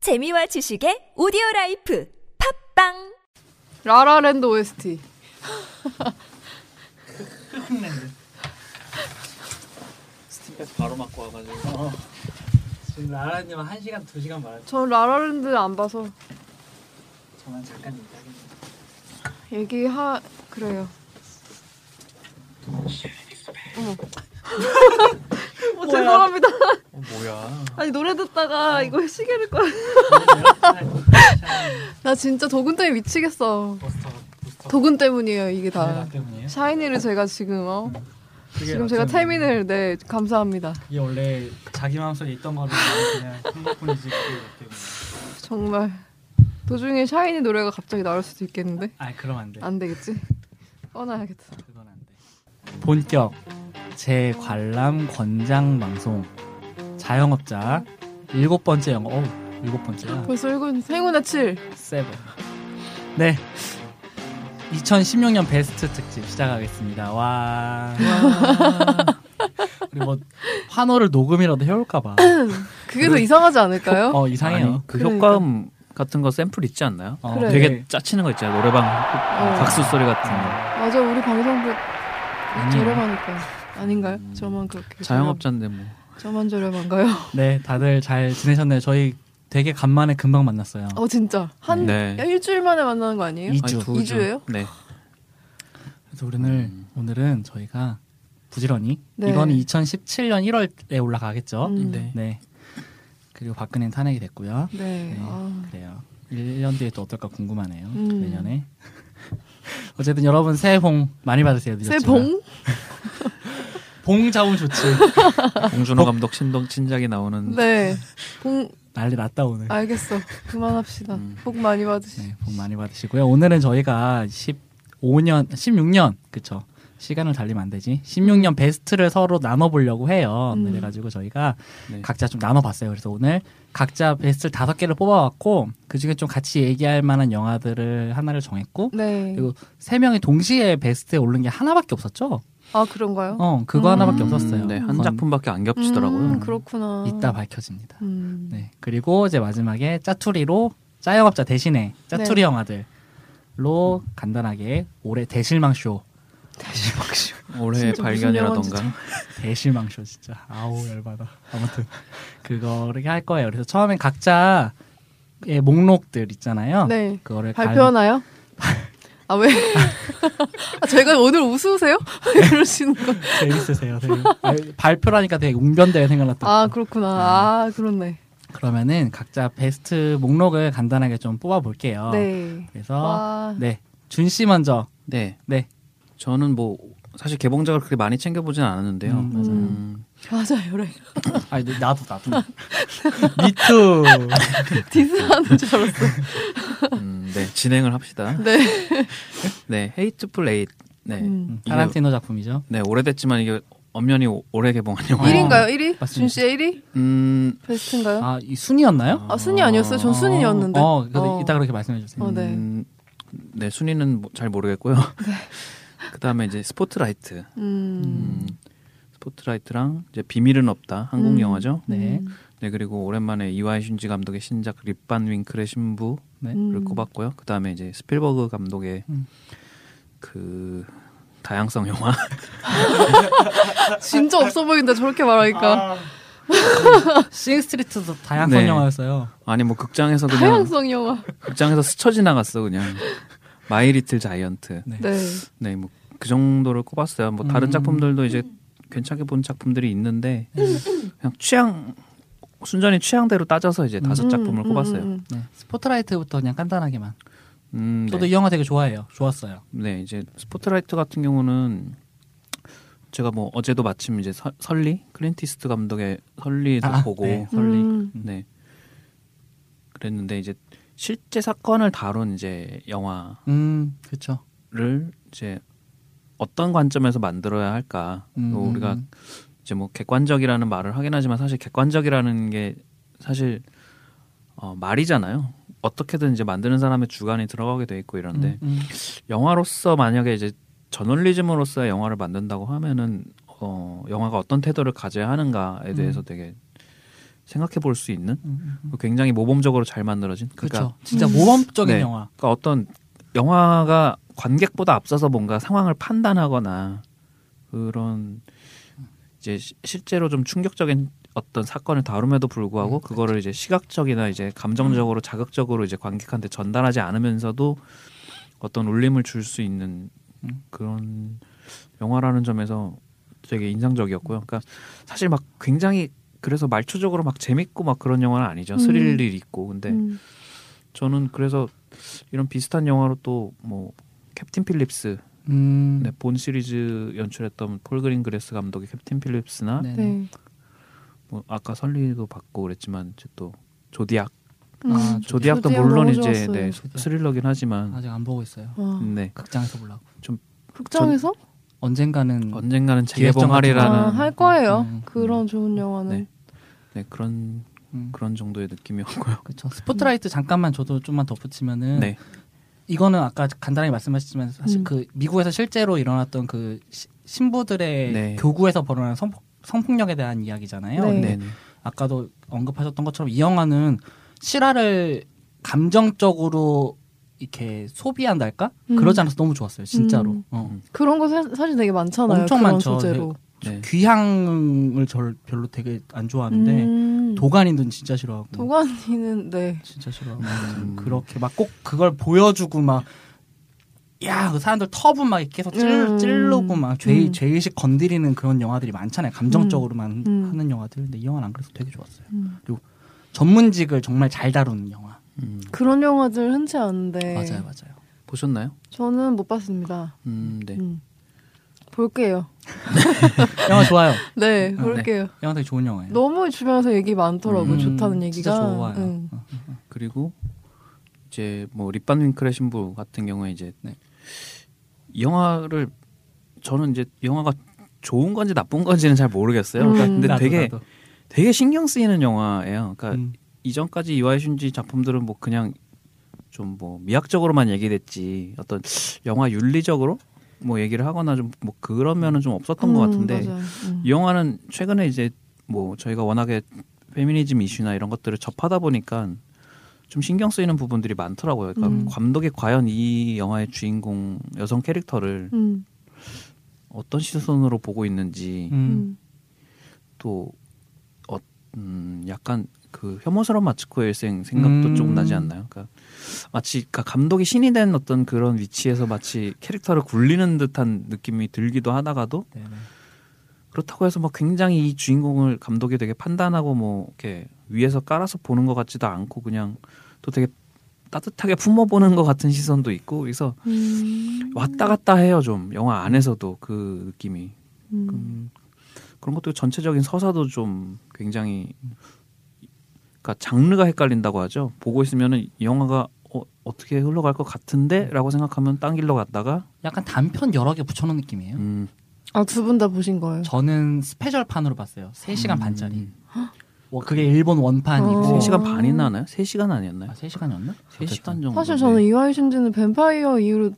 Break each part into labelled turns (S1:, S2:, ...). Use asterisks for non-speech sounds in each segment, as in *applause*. S1: 재미와 지식의 오디오 라이프 팝빵
S2: 라라랜드 OST.
S3: 스팀까지 바로 맞고 와가지고 어. 지금 라라님은 1시간 2시간 말하죠
S2: 전 라라랜드 안 봐서
S3: 저만 잠깐 얘기하겠네요
S2: 얘기하 그래요. 어, 어머. 어, 죄송합니다.
S3: 어, 뭐야
S2: *laughs* 아니 노래 듣다가 이거 시계를 꺼.
S3: 그
S2: 나 진짜 도군 때문에 미치겠어.
S3: 버스터 버스터
S2: 도군 때문이에요 이게 다.
S3: 나 때문이에요?
S2: 샤이니를 제가 지금 어
S3: 그게
S2: 지금 제가
S3: 낫잖아요.
S2: 태민을 네 감사합니다.
S3: 이게 원래 자기 마음속에 있던 거를 그냥 한것뿐이지 그게 나 때문에
S2: 정말 도중에 샤이니 노래가 갑자기 나올 수도 있겠는데
S3: 아니 그럼 안돼
S2: 안 되겠지? 꺼놔야겠다.
S3: 그건 안돼 본격 제 관람 권장 방송 자영업자 일곱 번째 영업 어우 일곱 번째야
S2: 벌써 일군 행운의 칠.
S3: 세븐. 네. 2016년 베스트 특집 시작하겠습니다. 와. 그리고 뭐 환호를 녹음이라도 해올까 봐.
S2: 그게 더 이상하지 않을까요?
S3: 네. 어 이상해요.
S4: 아니, 그
S2: 그러니까. 네.
S4: 효과음 같은 거 샘플 있지 않나요?
S3: 어,
S2: 그래.
S4: 되게 짜치는 거 있잖아요. 노래방
S2: 어.
S4: 박수 소리 같은 거.
S2: 맞아 우리 방송국
S3: 아니에요.
S2: 저렴하니까 아닌가요? 저만 그렇게
S4: 자영업자인데 뭐.
S2: 저렴- 저만 저렴한가요? *laughs*
S3: 네 다들 잘 지내셨나요? 저희 되게 간만에 금방 만났어요.
S2: 어 진짜 한
S4: 네.
S2: 일주일 만에 만나는 거 아니에요?
S3: 이-
S4: 아니,
S3: 이주.
S4: 두 주.
S2: 이주예요?
S4: 네.
S3: 그래서 우리는
S4: 음.
S3: 오늘은 저희가 부지런히
S2: 네.
S3: 이거는 2017년 1월에 올라가겠죠.
S2: 음.
S4: 네.
S3: 네. 그리고 박근혜 탄핵이 됐고요.
S2: 네.
S3: 네,
S2: 아,
S3: 그래요. 1년 뒤에 또 어떨까 궁금하네요.
S2: 음.
S3: 내년에. *laughs* 어쨌든 여러분 새해 복 많이 받으세요.
S2: 새
S3: 늦었지만.
S2: 봉?
S3: 봉 자음 좋지.
S4: 봉준호 감독 신동 신작이 나오는
S2: 네. 봉
S3: 난리 났다 오늘.
S2: 알겠어. 그만합시다. 복 많이 받으시.
S3: 네, 복 많이 받으시고요. 오늘은 저희가 15년, 16년 그쵸? 시간을 달리면 안 되지. 16년 베스트를 서로 나눠보려고 해요.
S2: 음.
S3: 그래가지고 저희가
S4: 네.
S3: 각자 좀 나눠봤어요. 그래서 오늘 각자 베스트 다섯 개를 뽑아왔고 그 중에 좀 같이 얘기할 만한 영화들을 하나를 정했고
S2: 네.
S3: 그리고 세 명이 동시에 베스트에 오른 게 하나밖에 없었죠.
S2: 아 그런가요?
S3: 어, 그거
S2: 음.
S3: 하나밖에 없었어요.
S4: 네, 한
S3: 그건
S4: 작품밖에 안 겹치더라고요.
S2: 음, 그렇구나.
S3: 이따 밝혀집니다.
S2: 음.
S3: 네. 그리고 이제 마지막에 짜투리로 짜영업자 대신에 짜투리
S2: 네.
S3: 영화들로 간단하게 올해 대실망 쇼. 대실망 쇼.
S4: 올해
S2: 진짜 무슨
S4: 발견이라던가.
S3: 대실망 쇼 진짜. 아우 열받아. 아무튼 그거를 할 거예요. 그래서 처음엔 각자의 목록들 있잖아요.
S2: 네.
S3: 그거를 간-
S2: 발표하나요? 아 왜? 아, 제가 오늘 웃으세요? *laughs* 왜 그러시는 거?
S3: 재밌으세요. 되게. 발- 발표라니까 되게 웅변대회 생각났다.
S2: 아 그렇구나. 아 그렇네.
S3: 그러면은 각자 베스트 목록을 간단하게 좀 뽑아볼게요.
S2: 네.
S3: 그래서
S2: 와.
S3: 네. 준 씨 먼저.
S4: 네.
S3: 네.
S4: 저는 뭐 사실 개봉작을 그렇게 많이 챙겨 보진 않았는데요.
S3: 음, 맞아요.
S4: 음,
S2: 맞아요, 래
S3: 아니 너- 나도 나도. 미투.
S2: *laughs* 디스하는 줄 알았어.
S4: 음, 네.
S2: *laughs*
S4: 진행을 합시다.
S2: 네.
S4: 네. 헤이트 플레이. 네.
S2: 음.
S4: 이게-
S3: 타란티노 작품이죠.
S4: 네, 오래됐지만 이게 엄연히 오- 올해 개봉한 영화.
S3: 일인-
S2: 1인가요? 1위?
S3: 아, 맞습니다.
S2: 준 씨의 1위?
S4: 음,
S2: 베스트인가요? 아,
S3: 아 이 순이었나요?
S2: 순위 아니었어요? 전 순위였는데.
S3: 어, 어, 그래도 이따 그렇게 말씀해 주세요.
S2: 어, 네.
S4: 음, 네 순위는 뭐- 잘 모르겠고요. *laughs* 그다음에 이제 스포트라이트,
S2: 음.
S4: 음, 스포트라이트랑 이제 비밀은 없다 한국
S2: 음.
S4: 영화죠.
S3: 네.
S4: 네 그리고 오랜만에 이와이 슌지 감독의 신작 립반 윙클의 신부를
S3: 네.
S2: 음.
S4: 꼽았고요. 그다음에 이제 스필버그 감독의
S3: 음.
S4: 그 다양성 영화 *laughs*
S3: 음.
S2: 진짜 없어 보인다, 저렇게 말하니까.
S3: 아, 네. 싱스트리트도 다양한
S4: 네.
S3: 영화였어요.
S4: 아니 뭐 극장에서 그냥
S2: 다양성 영화.
S4: 극장에서 스쳐 지나갔어 그냥 마이 리틀 자이언트.
S3: 네.
S2: 네.
S4: 네, 뭐 그 정도를 꼽았어요. 뭐 다른
S3: 음.
S4: 작품들도 이제 괜찮게 본 작품들이 있는데
S3: 음.
S4: 그냥 취향 순전히 취향대로 따져서 이제 다섯
S2: 음,
S4: 작품을
S2: 음, 음,
S4: 꼽았어요.
S2: 음.
S3: 네. 스포트라이트부터 그냥 간단하게만.
S4: 음,
S3: 저도
S4: 네.
S3: 이 영화 되게 좋아해요. 좋았어요.
S4: 네, 이제 스포트라이트 같은 경우는 제가 뭐 어제도 마침 이제 설- 설리 클린티스트 감독의 설리도
S3: 아,
S4: 보고
S3: 네.
S4: 네.
S3: 설리.
S2: 음.
S4: 그랬는데 이제 실제 사건을 다룬 이제 영화를
S3: 음, 그렇죠.
S4: 이제 어떤 관점에서 만들어야 할까?
S3: 음,
S4: 또 우리가 이제 뭐 객관적이라는 말을 하긴 하지만 사실 객관적이라는 게 사실 어, 말이잖아요. 어떻게든 이제 만드는 사람의 주관이 들어가게 돼 있고 이런데
S3: 음, 음.
S4: 영화로서 만약에 이제 저널리즘으로서의 영화를 만든다고 하면은 어, 영화가 어떤 태도를 가져야 하는가에 대해서 되게 생각해 볼 수 있는
S3: 음, 음.
S4: 굉장히 모범적으로 잘 만들어진
S3: 그렇죠.
S4: 그러니까,
S2: 음.
S3: 진짜 모범적인
S4: 네.
S3: 영화.
S4: 그러니까 어떤 영화가 관객보다 앞서서 뭔가 상황을 판단하거나 그런 이제 시- 실제로 좀 충격적인 어떤 사건을 다룸에도 불구하고 그거를 이제 시각적이나 이제 감정적으로 자극적으로 이제 관객한테 전달하지 않으면서도 어떤 울림을 줄 수 있는
S3: 음.
S4: 그런 영화라는 점에서 되게 인상적이었고요. 그러니까 사실 막 굉장히 그래서 말초적으로 막 재밌고 막 그런 영화는 아니죠.
S2: 음.
S4: 스릴이 있고
S3: 네.
S4: 근데
S2: 음.
S4: 저는 그래서 이런 비슷한 영화로 또 뭐 캡틴 필립스
S3: 음.
S4: 네, 본 시리즈 연출했던 폴 그린그레스 감독의 캡틴 필립스나
S3: 네.
S2: 네.
S4: 뭐 아까 설리도 받고 그랬지만 이제 또 조디악
S3: 아,
S2: 음.
S4: 조디악도
S2: 조디악
S4: 물론
S2: 너무
S4: 이제
S2: 좋았어요.
S4: 네,
S3: 조디악.
S4: 스릴러긴 하지만
S3: 아직 안 보고 있어요.
S2: 와.
S4: 네
S3: 극장에서 보려고.
S2: 극장에서
S3: 언젠가는
S4: 어, 언젠가는
S3: 기획전
S2: 아,
S4: 재개봉하리라는
S2: 할 거예요.
S3: 음, 음.
S2: 그런 좋은 영화는.
S4: 네. 네 그런
S3: 음,
S4: 그런 정도의 느낌이었고요.
S3: 그렇죠. 스포트라이트 잠깐만 저도 좀만 덧붙이면은
S4: 네,
S3: 이거는 아까 간단히 말씀하셨지만 사실
S2: 음.
S3: 그 미국에서 실제로 일어났던 그 시- 신부들의
S4: 네.
S3: 교구에서 벌어난 성폭, 성폭력에 대한 이야기잖아요.
S2: 네.
S3: 근데
S4: 네, 네.
S3: 아까도 언급하셨던 것처럼 이 영화는 실화를 감정적으로 이렇게 소비한달까
S2: 음.
S3: 그러지 않아서 너무 좋았어요 진짜로
S2: 음.
S3: 어.
S2: 그런 거 사, 사실 되게 많잖아요.
S3: 엄청
S2: 그런
S3: 많죠.
S2: 소재로.
S4: 네.
S3: 귀향을 절 별로 되게 안 좋아하는데
S2: 음.
S3: 도가니는 진짜 싫어하고
S2: 도가니는 네.
S3: 진짜 싫어하고
S4: 음.
S3: 그렇게 막 꼭 그걸 보여주고 막야그 사람들 터부 막 계속 찔,
S2: 음.
S3: 찔르고 막 죄,
S2: 음.
S3: 죄의식 건드리는 그런 영화들이 많잖아요 감정적으로만
S2: 음.
S3: 하는 영화들 근데 이 영화는 안 그래서 되게 좋았어요
S2: 음.
S3: 전문직을 정말 잘 다루는 영화
S4: 음,
S2: 그런 영화들 흔치 않은데.
S3: 맞아요 맞아요
S4: 보셨나요?
S2: 저는 못 봤습니다.
S4: 음, 네.
S2: 음. 볼게요.
S3: 영화 좋아요
S2: 네,
S3: 네.
S2: 볼게요.
S3: 영화 되게 좋은 영화예요
S2: 너무 주변에서 얘기 많더라고요.
S4: 음,
S2: 좋다는 얘기가. 음.
S3: 진짜 좋아요.
S2: 응.
S4: 그리고 이제 뭐 립반 윙클의 신부 같은 경우에 이제
S3: 네.
S4: 이 영화를 저는 이제 영화가 좋은 건지 나쁜 건지는 잘 모르겠어요. 그러니까
S2: 음.
S4: 근데
S3: 나도,
S4: 되게
S3: 나도.
S4: 되게 신경 쓰이는 영화예요. 그러니까
S3: 음.
S4: 이전까지 이와이 슌지 작품들은 뭐 그냥 좀 뭐 미학적으로만 얘기됐지 어떤 영화 윤리적으로 뭐 얘기를 하거나 좀 뭐 그러면은 좀 없었던 것
S2: 음,
S4: 같은데
S2: 맞아요. 음.
S4: 이 영화는 최근에 이제 뭐 저희가 워낙에 페미니즘 이슈나 이런 것들을 접하다 보니까 좀 신경 쓰이는 부분들이 많더라고요. 그러니까
S2: 음.
S4: 감독이 과연 이 영화의 주인공 여성 캐릭터를
S2: 음,
S4: 어떤 시선으로 보고 있는지
S3: 음.
S2: 음.
S4: 또 어, 음, 약간 그 혐오스러운 마츠코 일생 생각도
S3: 음.
S4: 조금 나지 않나요? 그러니까 마치 그러니까 감독이 신이 된 어떤 그런 위치에서 마치 캐릭터를 굴리는 듯한 느낌이 들기도 하다가도
S3: 네, 네.
S4: 그렇다고 해서 막 굉장히 이 주인공을 감독이 되게 판단하고 뭐 이렇게 위에서 깔아서 보는 것 같지도 않고 그냥 또 되게 따뜻하게 품어보는 것 같은 시선도 있고 그래서
S2: 음.
S4: 왔다 갔다 해요 좀 영화 안에서도 그 느낌이
S2: 음.
S4: 음, 그런 것도 전체적인 서사도 좀 굉장히 그러니까 장르가 헷갈린다고 하죠 보고 있으면은 이 영화가 어, 어떻게 흘러갈 것 같은데라고 생각하면 딴 길로 갔다가
S3: 약간 단편 여러 개 붙여놓은 느낌이에요
S4: 음,
S2: 아, 두 분 다 보신 거예요?
S3: 저는 스페셜판으로 봤어요 3시간
S4: 음,
S3: 반짜리 뭐 그게 일본 원판이고
S2: 어.
S4: 세 시간 반이나 하나요? 세 시간 아니었나요?
S3: 아, 3시간이었나?
S4: 세 시간 정도
S2: 사실
S4: 네.
S2: 저는 이와이 슌지는 뱀파이어 이후로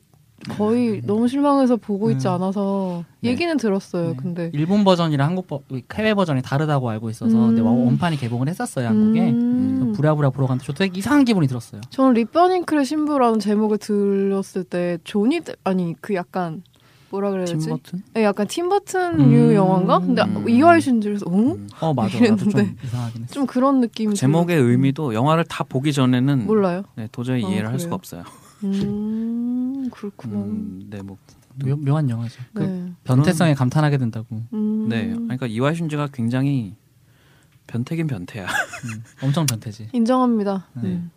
S2: 거의 너무 실망해서 보고 있지
S3: 음.
S2: 않아서
S4: 네.
S2: 얘기는 들었어요.
S3: 네.
S2: 근데
S3: 일본 버전이랑 한국 버, 해외 버전이 다르다고 알고 있어서 근데
S2: 음.
S3: 와- 원판이 개봉을 했었어요 한국에
S2: 음.
S3: 부랴부랴 보러 갔는데 저도 되게 이상한 기분이 들었어요
S2: 저는 리버닝클의 신부라는 제목을 들었을 때 조니 데- 아니 그 약간 뭐라 그래야 되지?
S4: 팀버튼?
S2: 네, 약간 팀버튼류
S3: 음.
S2: 영화인가? 근데
S4: 음.
S2: 이와이 슌지에서 어?
S4: 음.
S3: 어 맞아 나도 좀
S2: 이랬는데.
S3: 이상하긴 했어
S2: 좀 그런 느낌이
S4: 제목의 의미도 영화를 다 보기 전에는
S2: 들어요. 음. 몰라요.
S4: 네, 도저히
S2: 아,
S4: 이해를 할
S2: 그래요?
S4: 수가 없어요.
S2: 음 그렇구나.
S4: 음, 네, 뭐,
S3: 묘, 묘한 영화죠 그
S2: 네.
S3: 변태성에 감탄하게 된다고
S2: 음.
S4: 네, 그러니까 이와이슌즈가 굉장히 변태긴 변태야. *laughs*
S3: 음, 엄청 변태지
S2: 인정합니다.
S4: 네.
S2: 음.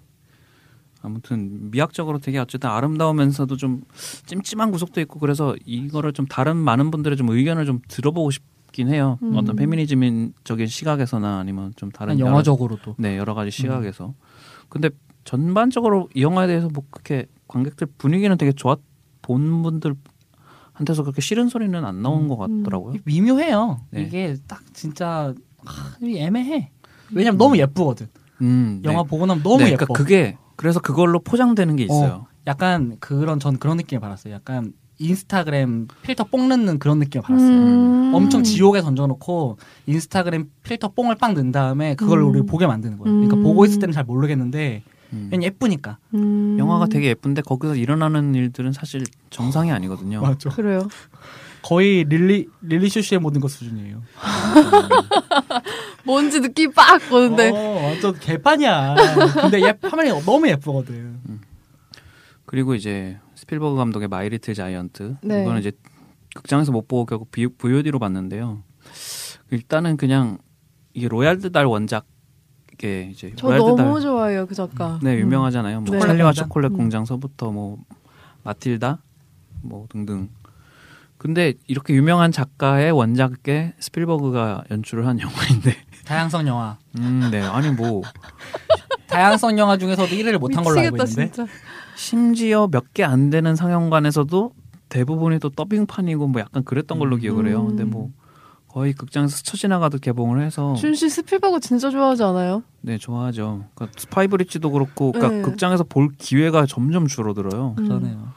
S4: 아무튼 미학적으로 되게 어쨌든 아름다우면서도 좀 찜찜한 구석도 있고 그래서 이거를 좀 다른 많은 분들의 좀 의견을 좀 들어보고 싶긴 해요.
S2: 음.
S4: 어떤 페미니즘적인 시각에서나 아니면 좀 다른 여러-
S3: 영화적으로도
S4: 네, 여러 가지 시각에서.
S3: 음.
S4: 근데 전반적으로 이 영화에 대해서 뭐 그렇게 관객들 분위기는 되게 좋았 본 분들 한테서 그렇게 싫은 소리는 안
S3: 음.
S4: 나온 것 같더라고요.
S3: 미묘해요
S4: 음. 네.
S3: 이게 딱 진짜 아, 애매해 왜냐면 너무 예쁘거든
S4: 음,
S3: 영화
S4: 네.
S3: 보고 나면 너무
S4: 네,
S3: 예뻐
S4: 그러니까 그게 그래서 그걸로 포장되는 게 있어요.
S3: 약간 그런 전 그런 느낌을 받았어요. 약간 인스타그램 필터 뽕 넣는 그런 느낌을 받았어요.
S2: 음.
S3: 엄청 지옥에 던져놓고 인스타그램 필터 뽕을 빵 넣은 다음에 그걸
S2: 음.
S3: 우리 보게 만드는 거예요. 그러니까
S2: 음.
S3: 보고 있을 때는 잘 모르겠는데
S4: 음.
S3: 그냥 예쁘니까.
S2: 음.
S4: 영화가 되게 예쁜데 거기서 일어나는 일들은 사실 정상이 아니거든요.
S3: 맞죠.
S2: 그래요.
S3: 거의 릴리 릴리 슈슈의 모든 것 수준이에요.
S2: 뭔지 느낌 빡 오는데.
S3: 어, 완전 개판이야. 근데 얘 화면이 너무 예쁘거든.
S4: 그리고 이제 스필버그 감독의 마이 리틀 자이언트
S2: 네.
S4: 이거는 이제 극장에서 못 보고 결국 V- VOD로 봤는데요. 일단은 그냥 이게 로얄드 달 원작 이게 이제
S2: 저
S4: 로얄드
S2: 너무
S4: 달
S2: 좋아해요 그 작가.
S3: 음,
S4: 네, 유명하잖아요. 뭐
S2: 네.
S4: 찰리와
S3: 공장.
S4: 초콜릿 공장서부터 뭐 마틸다 뭐 등등. 근데 이렇게 유명한 작가의 원작에 스필버그가 연출을 한 *laughs* 영화인데
S3: 다양성 영화.
S4: 음, 네. 아니 뭐
S3: 다양성 영화 중에서도 1위를 못한 걸로 알고
S2: 미치겠다
S3: 있는데.
S2: 진짜.
S4: 심지어 몇 개 안 되는 상영관에서도 대부분이 또 더빙판이고 뭐 약간 그랬던 걸로 기억을 해요. 근데 뭐 거의 극장에서 스쳐 지나가도 개봉을
S3: 어.
S4: 해서
S2: 준 씨 스필버그 진짜 좋아하지 않아요?
S4: 네 좋아하죠. 그러니까 스파이 브릿지도 그렇고 그러니까
S2: 네.
S4: 극장에서 볼 기회가 점점 줄어들어요.
S2: 음.
S3: 그러네요.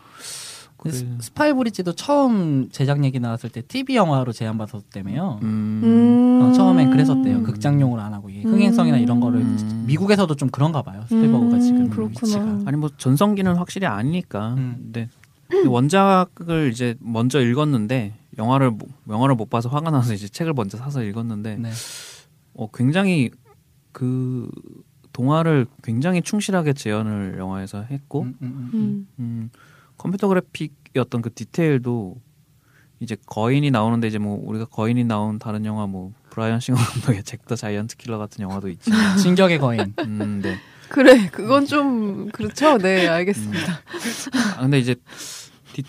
S3: 그
S4: 그래.
S3: 스- 스파이 브릿지도 처음 제작 얘기 나왔을 때 TV 영화로 제안받았대매요.
S4: 음.
S3: 어, 처음엔 그랬었대요. 극장용으로 안 하고 이게 흥행성이나 이런 거를
S4: 음.
S3: 미국에서도 좀 그런가 봐요. 스필버그가
S2: 음,
S3: 지금
S2: 그렇구나.
S3: 위치가.
S4: 아니 뭐 전성기는 확실히 아니니까.
S3: 음.
S4: 근데 근데 원작을 이제 먼저 읽었는데 영화를 못- 영화를 못 봐서 화가 나서 이제 책을 먼저 사서 읽었는데
S3: 네.
S4: 어, 굉장히 그 동화를 굉장히 충실하게 재현을 영화에서 했고
S3: 음, 음, 음, 음.
S2: 음.
S4: 음, 컴퓨터 그래픽의 어떤 그 디테일도 이제 거인이 나오는데 이제 뭐 우리가 거인이 나온 다른 영화 뭐 브라이언 싱어 감독의 잭 더 자이언트 킬러 같은 영화도 있지.
S3: *laughs* 진격의 거인.
S4: 음, 네.
S2: 그래 그건 좀 그렇죠.
S3: 음.
S2: 네 알겠습니다.
S4: 아, 근데 이제 디,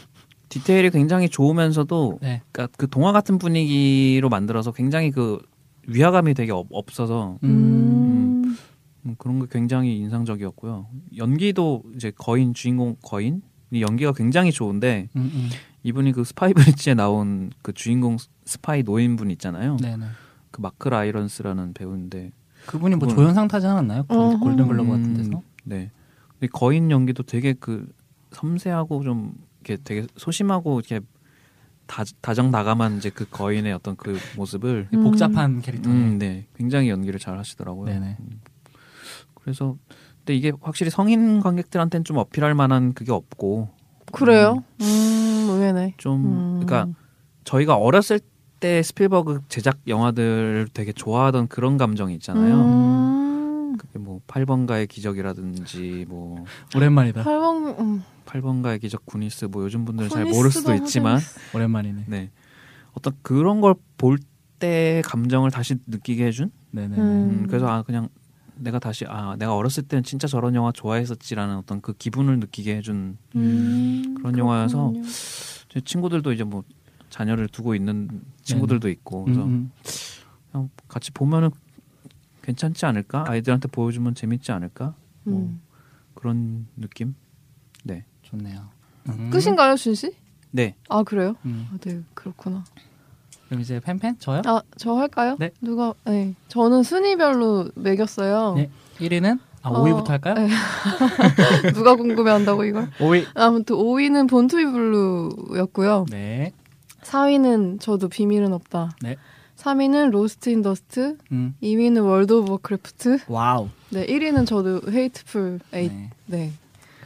S4: 디테일이 굉장히 좋으면서도
S3: 네.
S4: 그러니까 그 동화 같은 분위기로 만들어서 굉장히 그 위화감이 되게 없, 없어서
S2: 음.
S4: 음, 그런 게 굉장히 인상적이었고요. 연기도 이제 거인 주인공 거인 이 연기가 굉장히 좋은데
S3: 음, 음.
S4: 이분이 그 스파이 *laughs* 브릿지에 나온 그 주인공 스- 스파이 노인분
S2: 음.
S4: 있잖아요.
S3: 네네.
S4: 그 마크 라이런스라는 배우인데
S3: 그분이 뭐
S4: 그건-
S3: 조연상 타지 않았나요? 골-
S2: 음. 어허.
S3: 골든글러브
S4: 음,
S3: 같은 데서.
S4: 네. 근데 거인 연기도 되게 그 섬세하고 좀 이렇게 되게 소심하고 이렇게 다, 다정다감한 이제 그 거인의 어떤 그 모습을
S2: 음.
S3: 복잡한 캐릭터.
S4: 음, 네. 굉장히 연기를 잘 하시더라고요. 음.
S3: 네네.
S4: 그래서 근데 이게 확실히 성인 관객들한테는 좀 어필할 만한 그게 없고
S2: 그래요? 음 의외네.
S4: 좀
S2: 음.
S4: 그러니까 저희가 어렸을 때 스필버그 제작 영화들을 되게 좋아하던 그런 감정이 있잖아요.
S2: 음.
S4: 그게 뭐 8번가의 기적이라든지 뭐
S3: 오랜만이다.
S2: 팔봉 음.
S4: 8번가의 기적 구니스 뭐 요즘 분들은 잘
S2: 코니스도
S4: 모를 수도
S2: 하죠.
S4: 있지만
S3: 오랜만이네.
S4: 네. 어떤 그런 걸 볼 때 감정을 다시 느끼게 해준
S3: 네네.
S2: 음.
S4: 음, 그래서 아 그냥 내가 다시 아 내가 어렸을 때는 진짜 저런 영화 좋아했었지라는 어떤 그 기분을 느끼게 해준
S2: 음,
S4: 그런 영화여서
S2: 그렇군요.
S4: 제 친구들도 이제 뭐 자녀를 두고 있는 친구들도 있고
S3: 음,
S4: 그래서
S3: 음.
S4: 그냥 같이 보면은 괜찮지 않을까 아이들한테 보여주면 재밌지 않을까 뭐
S2: 음.
S4: 그런 느낌 네
S3: 좋네요. 음.
S2: 끝인가요, 준 씨?
S4: 네.
S2: 아 그래요?
S3: 음.
S2: 아, 네 그렇구나.
S3: 그럼 이제 팬팬 저요?
S2: 아 저 할까요?
S3: 네.
S2: 누가? 네. 저는 순위별로 매겼어요.
S3: 네. 1위는 아
S2: 어,
S3: 5위부터 할까요?
S2: 네. *laughs* 누가 궁금해한다고 이걸?
S3: 5위.
S2: 아무튼 5위는 본투비 블루였고요.
S3: 네.
S2: 4위는 저도 비밀은 없다.
S3: 네.
S2: 3위는 로스트 인 더스트.
S3: 음.
S2: 2위는 월드 오브 워크래프트.
S3: 와우.
S2: 네, 1위는 저도 헤이트풀 에잇. 네.
S3: 네.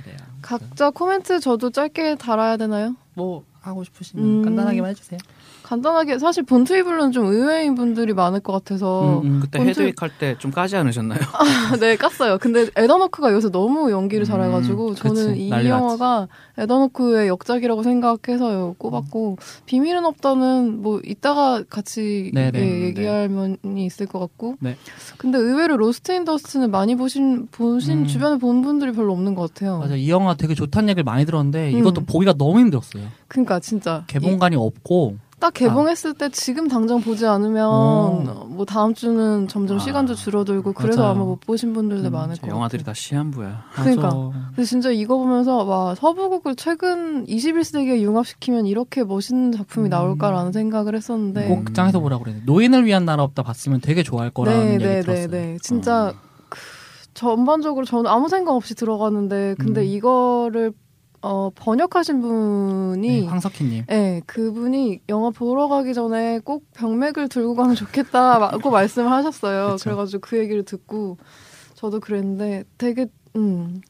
S3: 그래요.
S2: 각자 코멘트 저도 짧게 달아야 되나요?
S3: 뭐 하고 싶으시면
S2: 음.
S3: 간단하게만 해주세요.
S2: 간단하게 사실 본투비 블루는 좀 의외인 분들이 많을 것 같아서
S3: 음, 음.
S4: 그때
S2: 언제-
S4: 헤드윅 할 때 좀 까지 않으셨나요?
S2: *laughs* 네 깠어요. 근데 에더노크가 요새 너무 연기를 잘해가지고
S3: 음, 그치.
S2: 저는 이
S3: 난리 났지.
S2: 영화가 에더노크의 역작이라고 생각해서 꼽았고 비밀은 없다는 뭐 이따가 같이
S3: 네네.
S2: 예, 얘기할 면이 있을 것 같고
S3: 네.
S2: 근데 의외로 로스트 인 더스트는 많이 보신 보신
S3: 음.
S2: 주변에 본 분들이 별로 없는 것
S4: *laughs*
S2: 같아요.
S3: 맞아 이 영화 되게 좋다는 얘기를 많이 들었는데
S2: 음.
S3: 이것도 보기가 너무 힘들었어요.
S2: 그러니까 진짜 이-
S3: 개봉관이 없고
S2: 딱 개봉했을 때 지금 당장 보지 않으면
S3: 아. 어.
S2: 뭐 다음 주는 점점
S4: 아,
S2: 시간도 줄어들고 그래서
S3: 맞아요.
S2: 아마 못 보신 분들도
S3: 음,
S2: 많을 것
S4: 제
S2: 같아요.
S4: 영화들이 다 시한부야.
S2: 그러니까.
S3: 맞아.
S2: 근데 진짜 이거 보면서 와 서부국을 최근 21세기에 융합시키면 이렇게 멋있는 작품이
S3: 음.
S2: 나올까라는 생각을 했었는데
S3: 꼭 극장에서 보라고 그랬는데 노인을 위한 나라 없다 봤으면 되게 좋아할
S2: 네,
S3: 거라는 얘기 들었어요. 음.
S2: 진짜 그, 전반적으로 저는 아무 생각 없이 들어갔는데 근데
S3: 음.
S2: 이거를 어, 번역하신 분이
S3: 네, 황석희님.
S2: 네, 그분이 영화 보러 가기 전에 꼭 병맥을 들고 가면 좋겠다고 *laughs* 말씀하셨어요.
S3: 그쵸.
S2: 그래가지고그 얘기를 듣고 저도 그랬는데 되게 음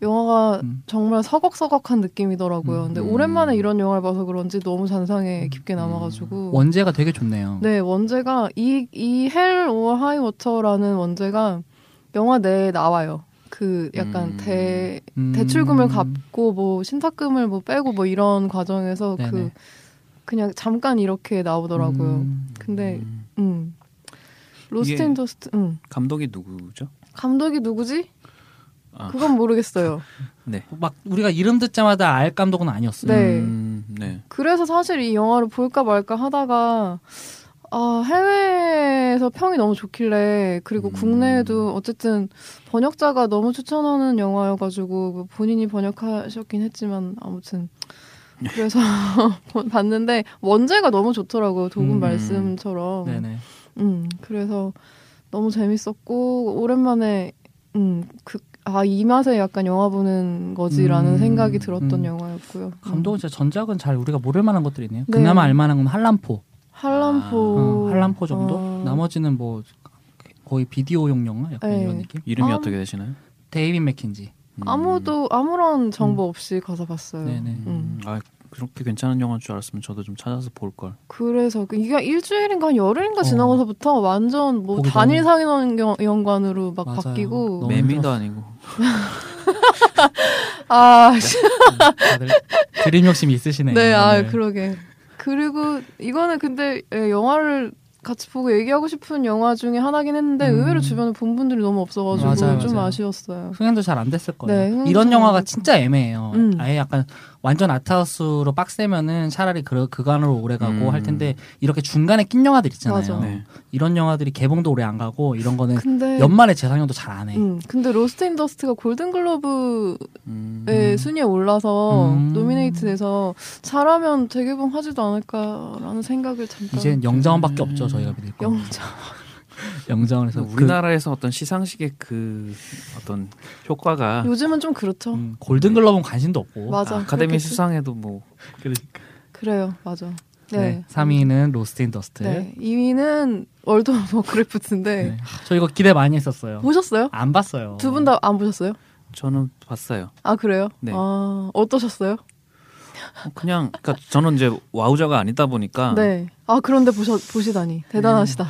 S2: 영화가
S3: 음.
S2: 정말 서걱서걱한 느낌이더라고요. 근데
S4: 음.
S2: 오랜만에 이런 영화를 봐서 그런지 너무 잔상에 깊게 남아가지고
S3: 음. 원제가 되게 좋네요.
S2: 음. 네 원제가 이 이 헬 오어 하이 워터라는 원제가 영화 내에 나와요. 그 약간
S4: 음.
S2: 대
S3: 음.
S2: 대출금을 갚고 뭐 신탁금을 뭐 빼고 뭐 이런 과정에서
S3: 네네.
S2: 그 그냥 잠깐 이렇게 나오더라고요.
S3: 음.
S2: 근데
S4: 음,
S2: 음. 로스트
S4: 이게-
S2: 인 더스트 음.
S4: 감독이 누구죠?
S2: 감독이 누구지?
S4: 아.
S2: 그건 모르겠어요.
S4: 네.
S3: 막 우리가 이름 듣자마자 알 감독은 아니었어요.
S2: 네.
S4: 음, 네.
S2: 그래서 사실 이 영화를 볼까 말까 하다가 아, 해외에서 평이 너무 좋길래 그리고
S4: 음.
S2: 국내에도 어쨌든 번역자가 너무 추천하는 영화여가지고 뭐 본인이 번역하셨긴 했지만
S3: *laughs*
S2: 아무튼 그래서 *laughs* 봤는데 원제가 너무 좋더라고요 도금
S3: 음.
S2: 말씀처럼
S3: 네네.
S2: 음 그래서 너무 재밌었고 오랜만에 음, 음그아이 맛에 약간 영화 보는 거지라는
S3: 음.
S2: 생각이 들었던
S3: 음.
S2: 영화였고요
S3: 감독은 진짜 전작은 잘 우리가 모를 만한 것들이네요.
S2: 네.
S3: 그나마 알 만한 건 한람포.
S2: 한람포
S3: 어, 한람포 정도?
S2: 어.
S3: 나머지는 뭐 거의 비디오용 영화 약간
S2: 네.
S3: 이런 느낌?
S4: 이름이
S2: 아.
S4: 어떻게 되시나요?
S3: 데이빈 맥킨지.
S4: 음,
S2: 아무도 아무런 정보 없이 가서 봤어요.
S3: 음. 네네.
S4: 음, 아, 그렇게 괜찮은 영화인 줄 알았으면 저도 좀 찾아서 볼 걸.
S2: 그래서 그 이게 일주일인가 한 열흘인가
S3: 어.
S2: 지나고서부터 완전 뭐
S3: 거기서-
S2: 단일 상인 연관으로 막
S3: 맞아요.
S2: 바뀌고 네.
S3: 너무 네,
S4: 매미도
S3: 힘들었어.
S4: 아니고.
S2: 아
S3: 다들 그림 욕심 있으시네요.
S2: 네, 아
S3: 오늘.
S2: 그러게. 그리고 이거는 근데 예, 영화를 같이 보고 얘기하고 싶은 영화 중에 하나긴 했는데
S3: 음.
S2: 의외로 주변에 본 분들이 너무 없어가지고
S3: 맞아요,
S2: 좀
S3: 맞아요.
S2: 아쉬웠어요
S3: 흥행도 잘 안 됐을 거예요.
S2: 네, 흥행도
S3: 이런
S2: 잘안
S3: 영화가
S2: 됐고.
S3: 진짜 애매해요.
S2: 음.
S3: 아예 약간 완전 아트하우스로 빡세면은 차라리 그, 그간으로 오래 가고
S4: 음.
S3: 할 텐데 이렇게 중간에 낀 영화들 있잖아요.
S2: 맞아.
S4: 네.
S3: 이런 영화들이 개봉도 오래 안 가고 이런 거는
S2: 근데
S3: 네. *laughs* 연말에 재상영도 잘 안 해.
S2: 음, 근데 로스트 인더스트가 골든글로브의
S4: 음,
S2: 네, 순위에 올라서
S3: 음.
S2: 노미네이트돼서 잘하면 재개봉하지도 않을까라는 생각을 잠깐
S3: 이젠 영자원밖에 없죠 저희가 믿을 거.
S2: 영장
S3: 영자원에서 그-
S4: 음. 우리나라에서 어떤 시상식의 그 어떤 효과가
S2: *laughs* 요즘은 좀 그렇죠.
S3: 음, 뭐, 골든글러브는 관심도 없고.
S2: 맞아.
S4: 아, 카데미
S2: 그렇겠지.
S4: 수상에도 뭐
S3: 그러니까.
S2: 그래요, 맞아.
S3: 네.
S2: 네.
S3: 3위는 로스트 인 더스트.
S2: 네. 2위는 월드 오브 크래프트인데
S3: 네. 저 이거 기대 많이 했었어요.
S2: 보셨어요?
S3: 안 봤어요.
S2: 뭐? 두 분 다 안 보셨어요?
S4: 저는 봤어요.
S2: 아 그래요?
S4: 네.
S2: 아 어떠셨어요?
S4: 어, 그냥 그러니까 저는 이제 와우자가 아니다 보니까
S2: 네. 아 그런데 보셔, 보시다니 대단하시다.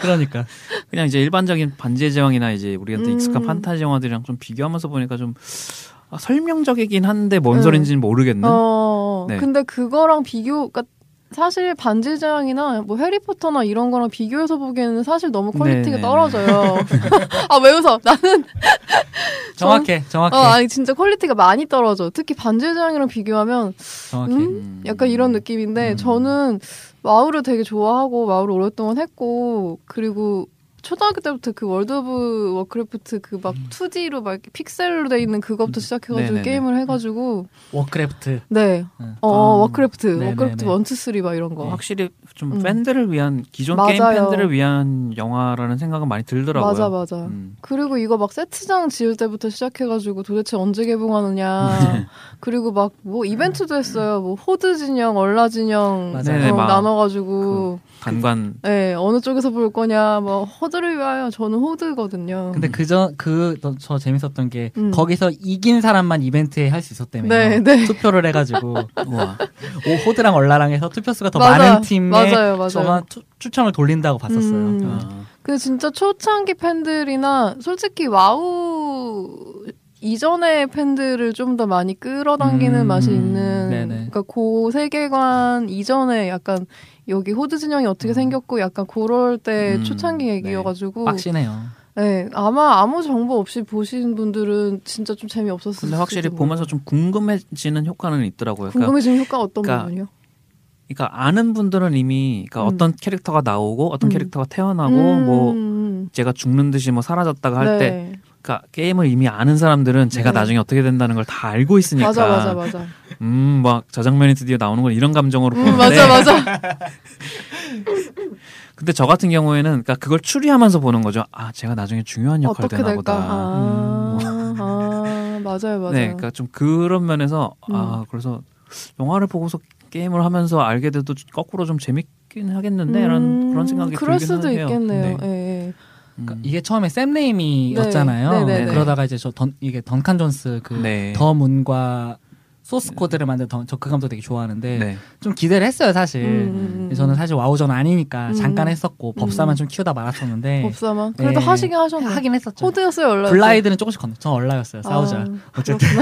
S3: 그러니까.
S4: 그냥 이제 일반적인 반지의 제왕이나 이제 우리가 또
S2: 음.
S4: 익숙한 판타지 영화들이랑 좀 비교하면서 보니까 좀 아, 설명적이긴 한데 뭔
S2: 음.
S4: 소린지는 모르겠는.
S2: 어
S4: 네.
S2: 근데 그거랑 비교, 그러니까 사실 반지의 제왕이나 뭐 해리포터나 이런 거랑 비교해서 보기에는 사실 너무 퀄리티가
S4: 네네네. *laughs*
S2: 떨어져요. 아 왜 웃어? 나는
S3: 정확해. 정확해.
S2: 어 아니 진짜 퀄리티가 많이 떨어져. 특히 반지의 제왕이랑 비교하면
S3: 정확해.
S2: 음?
S4: 음.
S2: 약간 이런 느낌인데
S4: 음.
S2: 저는 마우를 되게 좋아하고 마우를 오랫동안 했고 그리고 초등학교 때부터 그 월드 오브 워크래프트 그 막 2D로 막 이렇게 픽셀로 돼 있는 그거부터 시작해가지고
S4: 음. 네네네. 음.
S2: 게임을 해가지고
S3: 워크래프트.
S2: 네.
S3: 응.
S2: 어,
S4: 아.
S2: 워크래프트,
S3: 네네네.
S2: 워크래프트 원투 쓰리 막 이런
S4: 어,
S2: 거.
S4: 확실히 좀
S2: 음.
S4: 팬들을 위한 기존 게임
S2: 맞아요.
S4: 팬들을 위한 영화라는 생각은 많이 들더라고요.
S2: 맞아 맞아.
S4: 음.
S2: 그리고 이거 막 세트장 지을 때부터 시작해가지고 도대체 언제
S4: *laughs* 네.
S2: 개봉하느냐. 그리고 막 뭐 이벤트도 했어요. 뭐 호드 진영, 얼라 진영
S3: 맞아요.
S2: 어,
S4: 네네, 막그
S2: 나눠가지고
S4: 단관
S2: 네, 어느 쪽에서 볼 거냐, 뭐, 호드를 위하여 저는 호드거든요.
S3: 근데 그저 그저 재밌었던 게
S2: 음.
S3: 거기서 이긴 사람만 이벤트에 할 수 있었다며
S2: 네, 네.
S3: 투표를 해가지고
S4: 우와.
S2: 음.
S3: 오호드랑 얼라랑 해서 투표 수가 더
S2: 맞아요.
S3: 많은 팀에
S2: 맞아요, 맞아요.
S3: 저가 투- 추첨을 돌린다고 봤었어요.
S2: 음.
S4: 아,
S2: 근데 진짜 초창기 팬들이나 솔직히 와우 이전의 팬들을 좀 더 많이 끌어당기는
S3: 음,
S2: 맛이
S3: 음,
S2: 있는
S3: 네네.
S2: 그러니까 그 세계관 이전에 약간 여기 호드 진영이 어떻게 생겼고 약간 그럴 때
S4: 음,
S2: 초창기 얘기여가지고
S3: 그러니까 빡시네요. 음.
S2: 네, 아마 아무 정보 없이 보신 분들은 진짜 좀 재미없었을
S4: 근데 확실히
S2: 수도 뭐.
S4: 보면서 좀 궁금해지는 효과는 있더라고요. 그러니까,
S2: 궁금해지는 효과 어떤
S4: 그러니까
S2: 부분이요?
S4: 그러니까 아는 분들은 이미 그러니까
S2: 음.
S4: 어떤 캐릭터가 나오고 어떤
S2: 음.
S4: 캐릭터가 태어나고 뭐
S2: 음,
S4: 제가 죽는 듯이 뭐 사라졌다가 할 때,
S2: 네.
S4: 그러니까 게임을 이미 아는 사람들은 제가
S2: 네.
S4: 나중에 어떻게 된다는 걸 다 알고 있으니까,
S2: 맞아 맞아 맞아
S4: 음, 막 저 장면이 드디어 나오는 걸 이런 감정으로
S2: 음,
S4: 보는데,
S2: 맞아 맞아
S4: 근데 저 같은 경우에는 그러니까 그걸 추리하면서 보는 거죠. 아, 제가 나중에 중요한 역할을
S2: 어떻게
S4: 되나
S3: 음, 뭐.
S2: 될까
S4: 보다.
S2: 아, 아 맞아요, 음. 맞아요.
S4: 네, 그러니까 좀 그런 면에서 아 그래서 영화를 보고서 게임을 하면서 알게 돼도 좀 거꾸로 좀 재밌긴 하겠는데 라는
S2: 음,
S4: 그런 생각이
S2: 그럴
S4: 들긴
S2: 수도
S4: 하네요.
S2: 있겠네요.
S3: 네.
S2: 예, 예.
S4: 음.
S3: 그러니까 이게 처음에 샘 레이미였잖아요.
S2: 네, 네,
S4: 네, 네.
S3: 그러다가 이제 저 던, 이게 던칸 존스 그 더
S4: 네.
S3: 문과 소스 코드를 만든 던, 저그 감독 되게 좋아하는데
S4: 네.
S3: 좀 기대를 했어요 사실.
S2: 음, 음,
S3: 저는 사실 와우전 아니니까
S2: 음.
S3: 잠깐 했었고 법사만 좀 키우다 말았었는데
S2: 법사만 그래도
S3: 네.
S2: 하시긴 하셨네.
S3: 하긴 했었죠. 네.
S2: 코드였어요, 원래.
S3: 블라이드는 조금씩 건너. 전 얼라였어요. 싸우자.
S2: 아,
S3: 어쨌든. *laughs*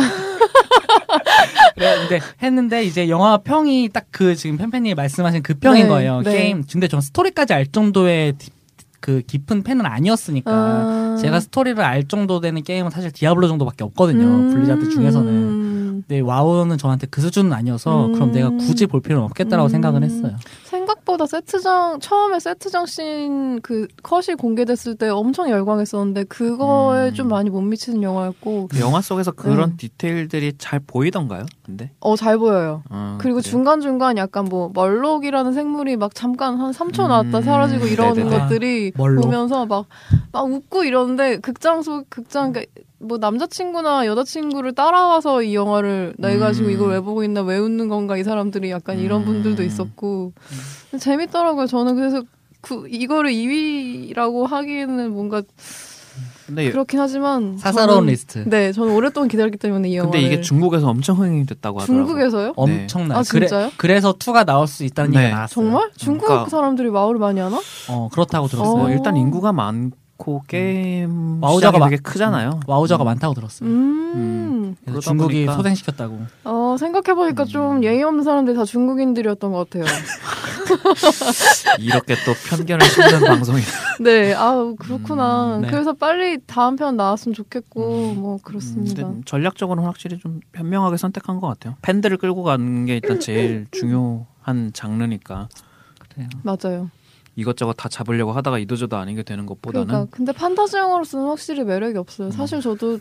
S3: 그래, 근데 했는데 이제 영화 평이 딱 그 지금 팬팬님이 말씀하신 그 평인
S2: 네,
S3: 거예요.
S2: 네.
S3: 게임. 근데 저는 스토리까지 알 정도의 디- 그 깊은 팬은 아니었으니까 그러니까 제가 스토리를 알 정도 되는 게임은 사실 디아블로 정도밖에 없거든요.
S2: 음.
S3: 블리자드 중에서는. 근데 와우는 저한테 그 수준은 아니어서 그럼
S2: 음.
S3: 내가 굳이 볼 필요는 없겠다라고
S2: 음.
S3: 생각을 했어요.
S2: 생각보다 세트장 처음에 세트장 씬 그 컷이 공개됐을 때 엄청 열광했었는데 그거에
S4: 음.
S2: 좀 많이 못 미치는 영화였고
S4: 영화 속에서 그런
S2: 음.
S4: 디테일들이 잘 보이던가요? 근데
S2: 어 잘 보여요.
S4: 어,
S2: 그리고
S4: 그래요?
S2: 중간 중간 약간 뭐 멀록이라는 생물이 막 잠깐 한 3초
S4: 음,
S2: 나왔다 사라지고 이러는
S4: 네네네.
S2: 것들이
S3: 아, 멀록.
S2: 보면서 막 막 웃고 이러는데 극장 속 극장 그러니까 뭐 남자친구나 여자친구를 따라와서 이 영화를 내가
S4: 음.
S2: 지금 이걸 왜 보고 있나 왜 웃는 건가 이 사람들이 약간 이런
S4: 음.
S2: 분들도 있었고 재밌더라고요. 저는 그래서 그 이거를 2위라고 하기에는 뭔가
S4: 근데
S2: 그렇긴 하지만
S3: 사사로운
S2: 저는-
S3: 리스트.
S2: 네, 저는 오랫동안 기다렸기 때문에 이 영화를
S4: 근데 이게 중국에서 엄청 흥행이 됐다고 하더라고요. 어,
S2: 중국에서요?
S3: 엄청나요.
S2: 아, 진짜요?
S3: 그래, 서 2가 나올 수 있다는
S4: 네.
S3: 얘기가 나왔어요.
S2: 정말 중국
S4: 그러니까-
S2: 사람들이 마을을 많이 하나?
S3: 어, 그렇다고 들었어요.
S4: 뭐
S2: 어.
S4: 일단 인구가 많고 게임
S3: 음. 와우자가
S4: 시장이
S3: 마-
S4: 되게 크잖아요.
S3: 와우저가 많다고 들었어요.
S2: 음.
S3: 음. 그래서
S4: 그러다
S3: 중국이
S4: 보니까-
S3: 소생시켰다고.
S2: 어, 생각해보니까 좀 예의 없는 사람들이 다 중국인들이었던 것 같아요.
S4: 이렇게 또
S3: *laughs*
S4: 편견을 심는 방송이
S2: 네, 아우, 그렇구나.
S3: 음, 네.
S2: 그래서 빨리 다음 편 나왔으면 좋겠고, 뭐, 그렇습니다.
S4: 음, 근데 전략적으로는 확실히 좀 현명하게 선택한 것 같아요. 팬들을 끌고 가는 게 일단
S2: 음,
S4: 제일 중요한 장르니까
S3: 그래요.
S2: 맞아요.
S4: 이것저것 다 잡으려고 하다가 이도저도 아닌 게 되는 것보다는
S2: 그러니까 근데 판타지 영화로서는 확실히 매력이 없어요. 사실 저도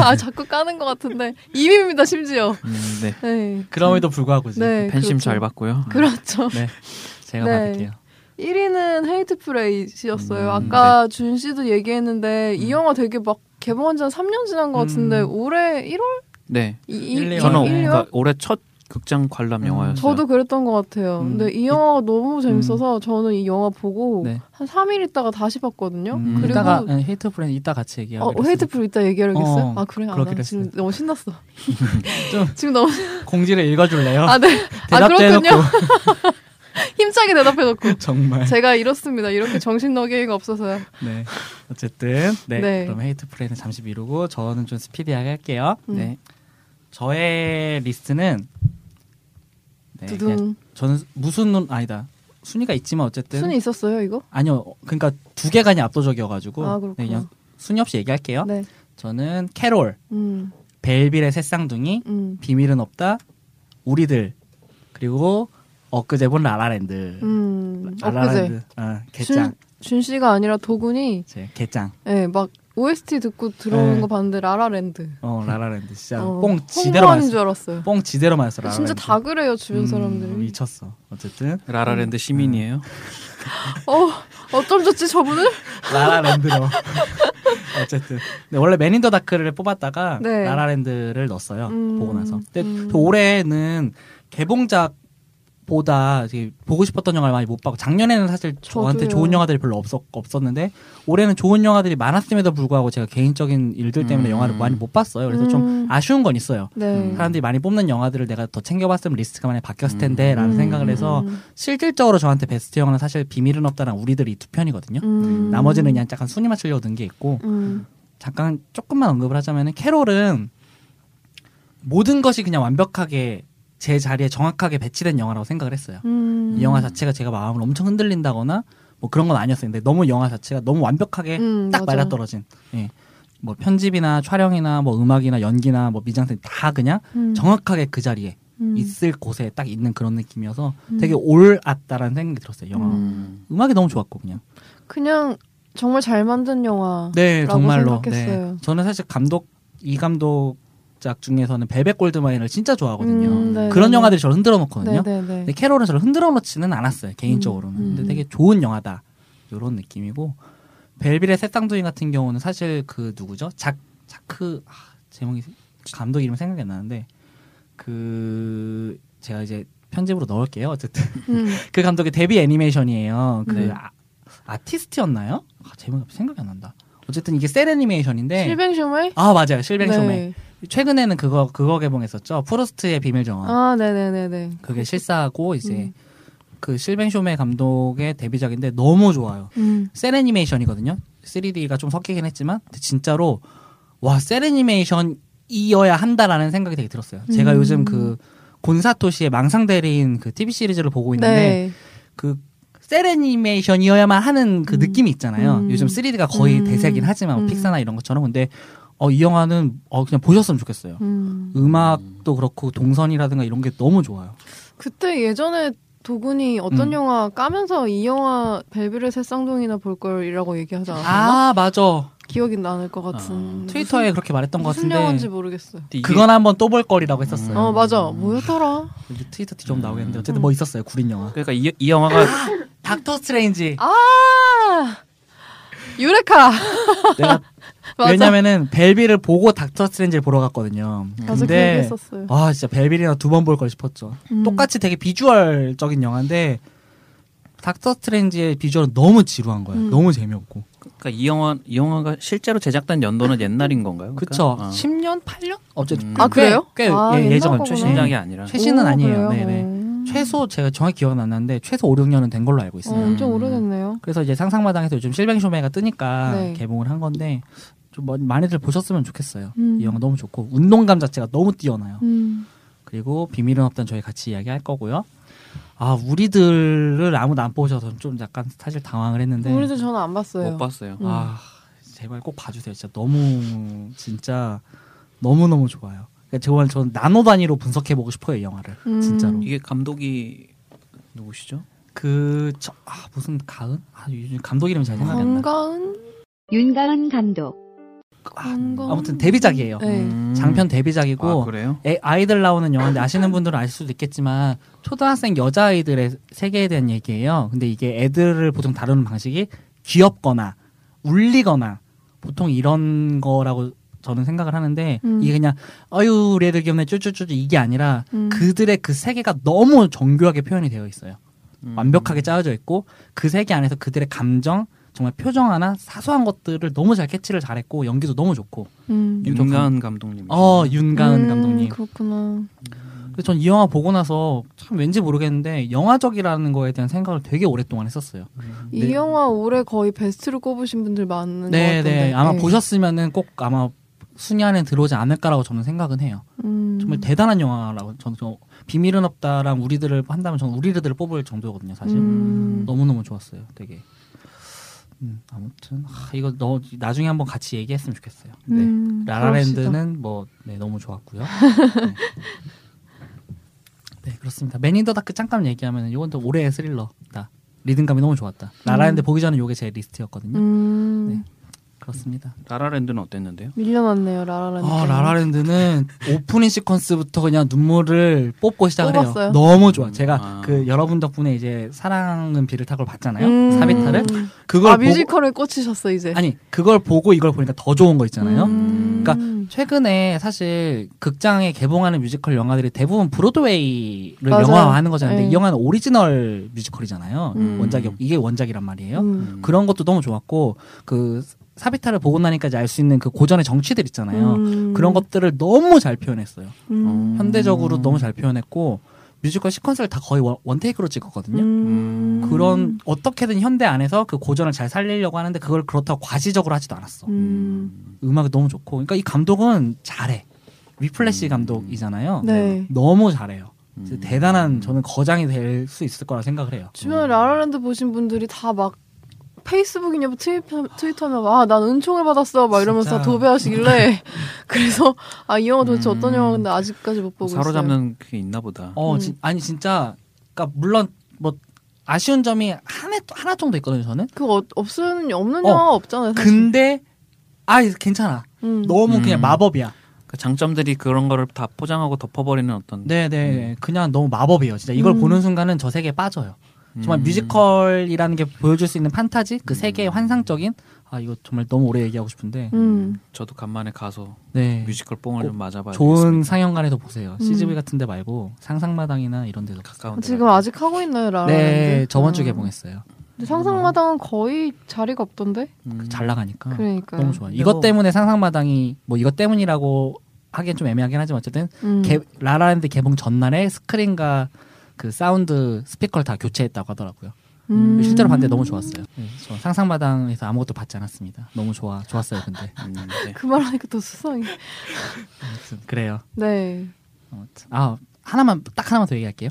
S2: 아 자꾸 까는 것 같은데 2위입니다 심지어.
S4: 음, 네.
S2: 네,
S3: 그럼에도 불구하고 이제
S2: 네
S4: 팬심
S2: 그렇죠.
S4: 잘 받고요. 음,
S2: 그렇죠.
S3: 네. 제가
S2: 네.
S3: 받을게요.
S2: 1위는 헤이트 프레이였어요.
S4: 음,
S2: 아까 준 씨도 얘기했는데 이 영화 되게 막 개봉한 지 한 3년 지난 것 같은데
S3: 음.
S2: 올해 1월?
S4: 네.
S2: 이, 이,
S3: 일, 이 월.
S4: 저는
S2: 일, 이 월?
S4: 그러니까 올해 첫 극장 관람
S3: 음,
S4: 영화였어요.
S2: 저도 그랬던 것 같아요.
S3: 음.
S2: 근데 이 영화가 너무 재밌어서 저는 이 영화 보고
S3: 네.
S2: 한 3일 있다가 다시 봤거든요.
S4: 음.
S2: 그리고
S3: 이따가 네, 헤이트 프렌드 이따 같이 얘기하고
S2: 어, 헤이트풀 이따 얘기하려겠어요?
S3: 어,
S2: 아, 그래? 아, 나
S3: 그렇기로
S2: 지금
S3: 했어요.
S2: 너무 신났어.
S3: 좀
S2: 지금 너무
S3: 공지를 읽어줄래요?
S2: 아,
S3: *laughs*
S2: 네. 아,
S3: 대답도
S2: 그렇군요.
S3: 해놓고
S2: *laughs* 힘차게 대답해놓고.
S3: *laughs* 정말.
S2: 제가 이렇습니다. 이렇게 정신 너게이가 없어서요.
S3: 네. 어쨌든 네.
S2: 네.
S3: 그럼 헤이트 프렌드 잠시 미루고 저는 좀 스피디하게 할게요.
S2: 음.
S3: 네. 저의 리스트는 네, 그냥
S2: 두둥.
S3: 저는 무슨 눈 아니다. 순위가 있지만 어쨌든
S2: 순위 있었어요, 이거?
S3: 아니요. 어, 그러니까 두 개가 그냥 압도적이어가지고
S2: 아, 그렇구나.
S3: 그냥 순위 없이 얘기할게요.
S2: 네.
S3: 저는 캐롤,
S2: 음,
S3: 벨빌의 새쌍둥이,
S2: 음,
S3: 비밀은 없다, 우리들 그리고 엊그제 본 라라랜드.
S2: 음. 엊그제.
S3: 라라랜드. 어, 개짱.
S2: 준, 준 씨가 아니라 도군이,
S3: 제 개짱.
S2: 예, 막, OST 듣고 들어오는
S3: 네.
S2: 거 봤는데, 라라랜드.
S3: 어 라라랜드 진짜
S2: 어,
S3: 뽕 지대로
S2: 홍보하는 줄
S3: 맞았어.
S2: 알았어요.
S3: 뽕 지대로 맞았어.
S2: 진짜
S3: 라라랜드.
S2: 다 그래요, 주변
S3: 음,
S2: 사람들이.
S3: 미쳤어. 어쨌든
S2: 음.
S4: 라라랜드 시민이에요.
S2: 어, 어쩜 좋지, 저분을?
S3: 라라랜드로. *laughs* 어쨌든 네, 원래 맨인더 다크를 뽑았다가
S2: 네.
S3: 라라랜드를 넣었어요.
S2: 음,
S3: 보고 나서. 근데
S2: 음.
S3: 또 올해는 개봉작. 보다 되게 보고 싶었던 영화를 많이 못 봤고 작년에는 사실 저한테
S2: 저도요.
S3: 좋은 영화들이 별로 없었, 없었는데 올해는 좋은 영화들이 많았음에도 불구하고 제가 개인적인 일들 때문에
S4: 음.
S3: 영화를 많이 못 봤어요. 그래서 좀
S2: 음.
S3: 아쉬운 건 있어요.
S2: 네.
S3: 사람들이 많이 뽑는 영화들을 내가 더 챙겨봤으면 리스트가 많이 바뀌었을 텐데라는
S2: 음.
S3: 생각을 해서
S2: 음.
S3: 실질적으로 저한테 베스트 영화는 사실 비밀은 없다랑 우리들이 두 편이거든요.
S2: 음.
S3: 나머지는 그냥 약간 순위 맞추려고 넣은 게 있고
S2: 음.
S3: 잠깐 조금만 언급을 하자면은 캐롤은 모든 것이 그냥 완벽하게 제 자리에 정확하게 배치된 영화라고 생각을 했어요.
S2: 음.
S3: 이 영화 자체가 제가 마음을 엄청 흔들린다거나 뭐 그런 건 아니었어요. 근데 너무 영화 자체가 너무 완벽하게
S2: 음,
S3: 딱
S2: 맞아.
S3: 말라떨어진. 예. 뭐 편집이나 촬영이나 뭐 음악이나 연기나 뭐 미장센 다 그냥
S2: 음.
S3: 정확하게 그 자리에
S2: 음.
S3: 있을 곳에 딱 있는 그런 느낌이어서 되게 올았다라는 생각이 들었어요. 영화
S4: 음.
S3: 음악이 너무 좋았고 그냥.
S2: 그냥 정말 잘 만든 영화.
S3: 네,
S2: 라고
S3: 정말로.
S2: 생각했어요.
S3: 네. 저는 사실 감독 이 감독작 중에서는 베베 골드마인을 진짜 좋아하거든요.
S2: 음, 네,
S3: 그런
S2: 네,
S3: 영화들이 저를 흔들어
S2: 네,
S3: 놓거든요.
S2: 네, 네.
S3: 근데 캐롤은 저를 흔들어 놓지는 않았어요. 개인적으로는.
S2: 음, 음.
S3: 근데 되게 좋은 영화다. 이런 느낌이고 벨빌의 새쌍둥이 같은 경우는 사실 그 누구죠? 작 자크 아, 제목이 감독 이름 생각이 안 나는데 그 제가 이제 편집으로 넣을게요. 어쨌든
S2: 음.
S3: 그 감독의 데뷔 애니메이션이에요. 그
S4: 네.
S3: 아, 아티스트였나요? 아, 제목이 갑자기 생각이 안 난다. 어쨌든 이게 셀 애니메이션인데
S2: 실뱅쇼메?
S3: 아 맞아요 실뱅쇼메
S2: 네.
S3: 최근에는 그거 그거 개봉했었죠 프로스트의 비밀 정원
S2: 아, 음. 네네네네.
S3: 그게 실사하고 이제 그 실뱅쇼메 감독의 데뷔작인데 너무 좋아요
S2: 음.
S3: 셀 애니메이션이거든요 3D가 좀 섞이긴 했지만 근데 진짜로 와셀 애니메이션이어야 한다라는 생각이 되게 들었어요 제가
S2: 음.
S3: 요즘 그 곤사토시의 망상대리인 그 TV 시리즈를 보고 있는데
S2: 네.
S3: 그셀 애니메이션이어야만 하는 그
S2: 음.
S3: 느낌이 있잖아요
S2: 음.
S3: 요즘 3D가 거의
S2: 음.
S3: 대세긴 하지만 뭐
S2: 음.
S3: 픽사나 이런 것처럼 근데 어, 이 영화는 어, 그냥 보셨으면 좋겠어요
S2: 음.
S3: 음악도 그렇고 동선이라든가 이런 게 너무 좋아요.
S2: 그때 예전에 도군이 어떤
S3: 음.
S2: 영화 까면서 이 영화 벨벳의 새쌍둥이나 볼 걸이라고 얘기하지 않았나?
S3: 아 맞아
S2: 기억이 나는 것 같은.
S3: 아, 트위터에 그렇게 말했던
S2: 음.
S3: 것
S2: 무슨
S3: 같은데 음.
S2: 영화인지 모르겠어요.
S4: 이게
S3: 그건 한번 또 볼 거리라고 했었어요.
S2: 어 맞아 뭐였더라?
S3: 이제 트위터 뒤좀 나오겠는데
S2: 음.
S3: 어쨌든 뭐 있었어요 구린 영화.
S4: 그러니까 이, 이 영화가
S3: 닥터 스트레인지
S2: 아 유레카 *laughs*
S3: 내가
S2: 맞아.
S3: 왜냐면은 벨비를 보고 닥터 스트레인지를 보러 갔거든요.
S2: 맞아 그
S3: 근데
S2: 얘기했었어요.
S3: 아 진짜 벨빌이나 두 번 볼 걸 싶었죠.
S2: 음.
S3: 똑같이 되게 비주얼적인 영화인데 닥터 스트레인지의 비주얼은 너무 지루한 거예요.
S2: 음.
S3: 너무 재미없고.
S4: 그러니까 이 영화 이 영화가 실제로 제작된 연도는 옛날인 건가요?
S3: 그쵸.
S4: 그러니까? 어.
S3: 10년, 8년? 어쨌든
S4: 음.
S3: 꽤-
S2: 아, 그래요?
S3: 꽤
S2: 아,
S3: 예,
S2: 옛날
S3: 예전
S2: 거구나. 음.
S3: 최신
S4: 신작이 아니라
S3: 최신은
S2: 오,
S3: 아니에요.
S2: 그래요? 어,
S3: 네네.
S2: 오.
S3: 최소 제가 정확히 기억은 안 나는데 최소 5, 6년은 된 걸로 알고
S2: 어,
S3: 있어요.
S2: 엄청
S4: 음.
S2: 오래됐네요.
S3: 그래서 이제 상상마당에서 요즘 실뱅쇼메가 뜨니까
S2: 네.
S3: 개봉을 한 건데 좀 많- 많이들 보셨으면 좋겠어요.
S2: 음.
S3: 이 영화 너무 좋고 운동감 자체가 너무 뛰어나요.
S2: 음.
S3: 그리고 비밀은 없던 저희 같이 이야기할 거고요. 아 우리들을 아무도 안 보셔서 좀 약간 사실 당황을 했는데
S2: 우리도 저는 안 봤어요.
S4: 못 봤어요.
S2: 음.
S3: 아 제발 꼭 봐주세요. 진짜 너무 진짜 너무 너무 좋아요. 그러니까 정말 저는 나노 단위로 분석해 보고 싶어요 이 영화를
S2: 음.
S3: 진짜로.
S4: 이게 감독이 누구시죠?
S3: 그, 저, 아, 무슨, 가은? 아, 요즘 감독 이름이 잘 생각이 안 나.
S2: 건강은
S1: 윤가은 감독
S2: 건강.
S3: 아무튼 데뷔작이에요.
S2: 네.
S4: 음.
S3: 장편 데뷔작이고,
S4: 아, 그래요?
S3: 애, 아이들 나오는 영화인데 아시는 분들은 아실 수도 있겠지만, 초등학생 여자아이들의 세계에 대한 얘기예요. 근데 이게 애들을 보통 다루는 방식이 귀엽거나, 울리거나, 보통 이런 거라고 저는 생각을 하는데,
S2: 음.
S3: 이게 그냥, 어유, 우리 애들 귀엽네, 쭈쭈쭈쭈, 이게 아니라,
S2: 음.
S3: 그들의 그 세계가 너무 정교하게 표현이 되어 있어요.
S4: 음.
S3: 완벽하게 짜여져 있고 그 세계 안에서 그들의 감정 정말 표정 하나 사소한 것들을 너무 잘 캐치를 잘했고 연기도 너무 좋고
S2: 음.
S4: 윤가은 감독님.
S3: 어 윤가은
S2: 음,
S3: 감독님
S2: 그렇구나.
S3: 그래서 전 이 영화 보고 나서 참 왠지 모르겠는데 영화적이라는 거에 대한 생각을 되게 오랫동안 했었어요
S2: 이
S3: 네.
S2: 영화 올해 거의 베스트로 꼽으신 분들 많은 것 같은데.
S3: 네네 아마
S2: 네.
S3: 보셨으면은 꼭 아마 순위 안에 들어오지 않을까라고 저는 생각은 해요
S2: 음.
S3: 정말 대단한 영화라고 저는 좀 비밀은 없다랑 우리들을 한다면 저는 우리들을 뽑을 정도거든요 사실
S2: 음.
S3: 너무너무 좋았어요. 되게. 음, 아무튼 아, 이거 너 나중에 한번 같이 얘기했으면 좋겠어요. 네.
S2: 음, 그럽시다.
S3: 라라랜드는 뭐 네, 너무 좋았고요. 네. 네, 그렇습니다. 맨인더 다크 잠깐 얘기하면 이건 또 올해의 스릴러다. 리듬감이 너무 좋았다. 라라랜드 보기 전에 이게 제 리스트였거든요.
S2: 음.
S3: 네. 그렇습니다.
S4: 라라랜드는 어땠는데요?
S2: 밀려났네요 라라랜드.
S3: 아, 라라랜드는 오프닝 시퀀스부터 그냥 눈물을 뽑고 시작을 해요.
S2: 뽑았어요?
S3: 너무 좋아. 제가
S4: 아.
S3: 그 여러분 덕분에 이제 사랑은 비를 타고 봤잖아요.
S2: 음.
S3: 사비타를 그걸
S2: 아
S3: 보고-
S2: 뮤지컬에 꽂히셨어 이제.
S3: 아니 그걸 보고 이걸 보니까 더 좋은 거 있잖아요.
S2: 음.
S3: 그러니까 최근에 사실 극장에 개봉하는 뮤지컬 영화들이 대부분 브로드웨이를
S2: 맞아요.
S3: 영화화하는 거잖아요. 근데
S2: 네.
S3: 이 영화는 오리지널 뮤지컬이잖아요.
S2: 음.
S3: 원작이 없- 이게 원작이란 말이에요.
S2: 음.
S3: 그런 것도 너무 좋았고 그 사비타를 보고 나니까 이제 알 수 있는 그 고전의 정치들 있잖아요.
S2: 음.
S3: 그런 것들을 너무 잘 표현했어요.
S2: 음.
S3: 현대적으로 너무 잘 표현했고 뮤지컬 시퀀스를 다 거의 원- 원테이크로 찍었거든요.
S2: 음.
S3: 그런 어떻게든 현대 안에서 그 고전을 잘 살리려고 하는데 그걸 그렇다고 과시적으로 하지도 않았어.
S2: 음.
S3: 음악이 너무 좋고 그러니까 이 감독은 잘해 위플래시 감독이잖아요
S2: 네.
S3: 너무 잘해요 그래서
S4: 음.
S3: 대단한 저는 거장이 될 수 있을 거라 생각을 해요
S2: 주변에 라라랜드 보신 분들이 다 막 페이스북이냐고 뭐 트위터, 트위터면 아난 은총을 받았어 막 이러면서
S3: 진짜. *laughs*
S2: 도배하시길래 *laughs* 그래서 아 이 영화 도대체 어떤
S4: 음.
S2: 영화인데 아직까지 못 보고 있어요.
S4: 사로잡는 그게 있나 보다.
S3: 어
S2: 음.
S3: 진- 아니 진짜 그러니까 물론 뭐 아쉬운 점이 하나 하나 정도 있거든요 저는
S2: 그거 어- 없은 없는
S3: 어.
S2: 영화 없잖아요. 사실.
S3: 근데 아 괜찮아
S2: 음.
S3: 너무
S4: 음.
S3: 그냥 마법이야
S4: 그 장점들이 그런 거를 다 포장하고 덮어버리는 어떤.
S3: 네네
S4: 음.
S3: 그냥 너무 마법이에요 진짜 이걸
S2: 음.
S3: 보는 순간은 저 세계에 빠져요
S4: 음.
S3: 정말 뮤지컬이라는 게 보여줄 수 있는 판타지 그 세계의 환상적인 아 이거 정말 너무 오래 얘기하고 싶은데
S2: 음.
S4: 저도 간만에 가서
S3: 네
S4: 뮤지컬 뽕을
S3: 꼭
S4: 좀 맞아봐야
S3: 좋은
S4: 되겠습니다.
S3: 상영관에서 보세요.
S2: 음.
S3: CGV 같은 데 말고 상상마당이나 이런 데서
S4: 가까운 데
S2: 지금 아직 하고 어, 있나요, 라라랜드?
S3: 네 저번 주
S2: 아.
S3: 개봉했어요. 그
S2: 근데 상상마당은 거의 자리가 없던데.
S4: 음.
S3: 잘 나가니까
S2: 그러니까.
S3: 너무 좋아요.
S4: 근데
S3: 이것
S4: 뭐-
S3: 때문에 상상마당이 뭐 이것 때문이라고 하기엔 좀 애매하긴 하지만 어쨌든
S2: 음.
S3: 개- 라라랜드 개봉 전날에 스크린과 그 사운드 스피커를 다 교체했다고 하더라고요.
S2: 음.
S3: 실제로 봤는데 너무 좋았어요. 네, 저 상상마당에서 아무것도 받지 않았습니다. 너무 좋아 좋았어요. 근데
S4: 음, *laughs* 네.
S2: 그 말하니까 더 수상해.
S3: 아무튼 그래요.
S2: 네.
S3: 아무튼. 아 하나만 딱 하나만 더 얘기할게요.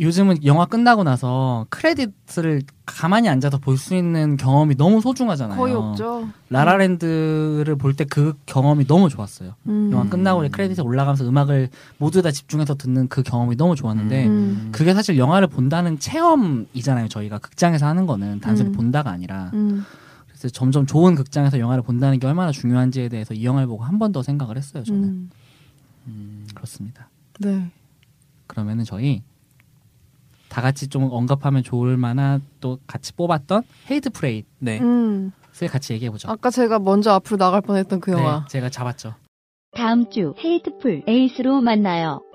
S3: 요즘은 영화 끝나고 나서 크레딧을 가만히 앉아서 볼 수 있는 경험이 너무 소중하잖아요.
S2: 거의 없죠.
S3: 라라랜드를 볼 때 그 경험이 너무 좋았어요.
S2: 음.
S3: 영화 끝나고 이제 크레딧에 올라가면서 음악을 모두 다 집중해서 듣는 그 경험이 너무 좋았는데
S2: 음.
S3: 그게 사실 영화를 본다는 체험이잖아요. 저희가 극장에서 하는 거는 단순히
S2: 음.
S3: 본다가 아니라
S2: 음.
S3: 그래서 점점 좋은 극장에서 영화를 본다는 게 얼마나 중요한지에 대해서 이 영화를 보고 한 번 더 생각을 했어요. 저는
S2: 음.
S4: 음,
S3: 그렇습니다.
S2: 네.
S3: 그러면은 저희 다 같이 좀 언급하면 좋을 만한 또 같이 뽑았던 헤이트 프레이를
S4: 네.
S2: 음.
S3: 같이 얘기해 보죠.
S2: 아까 제가 먼저
S3: 네.
S2: 앞으로 나갈 뻔했던 그 영화.
S3: 제가 잡았죠.
S5: 다음 주 헤이트풀 에이스로 만나요.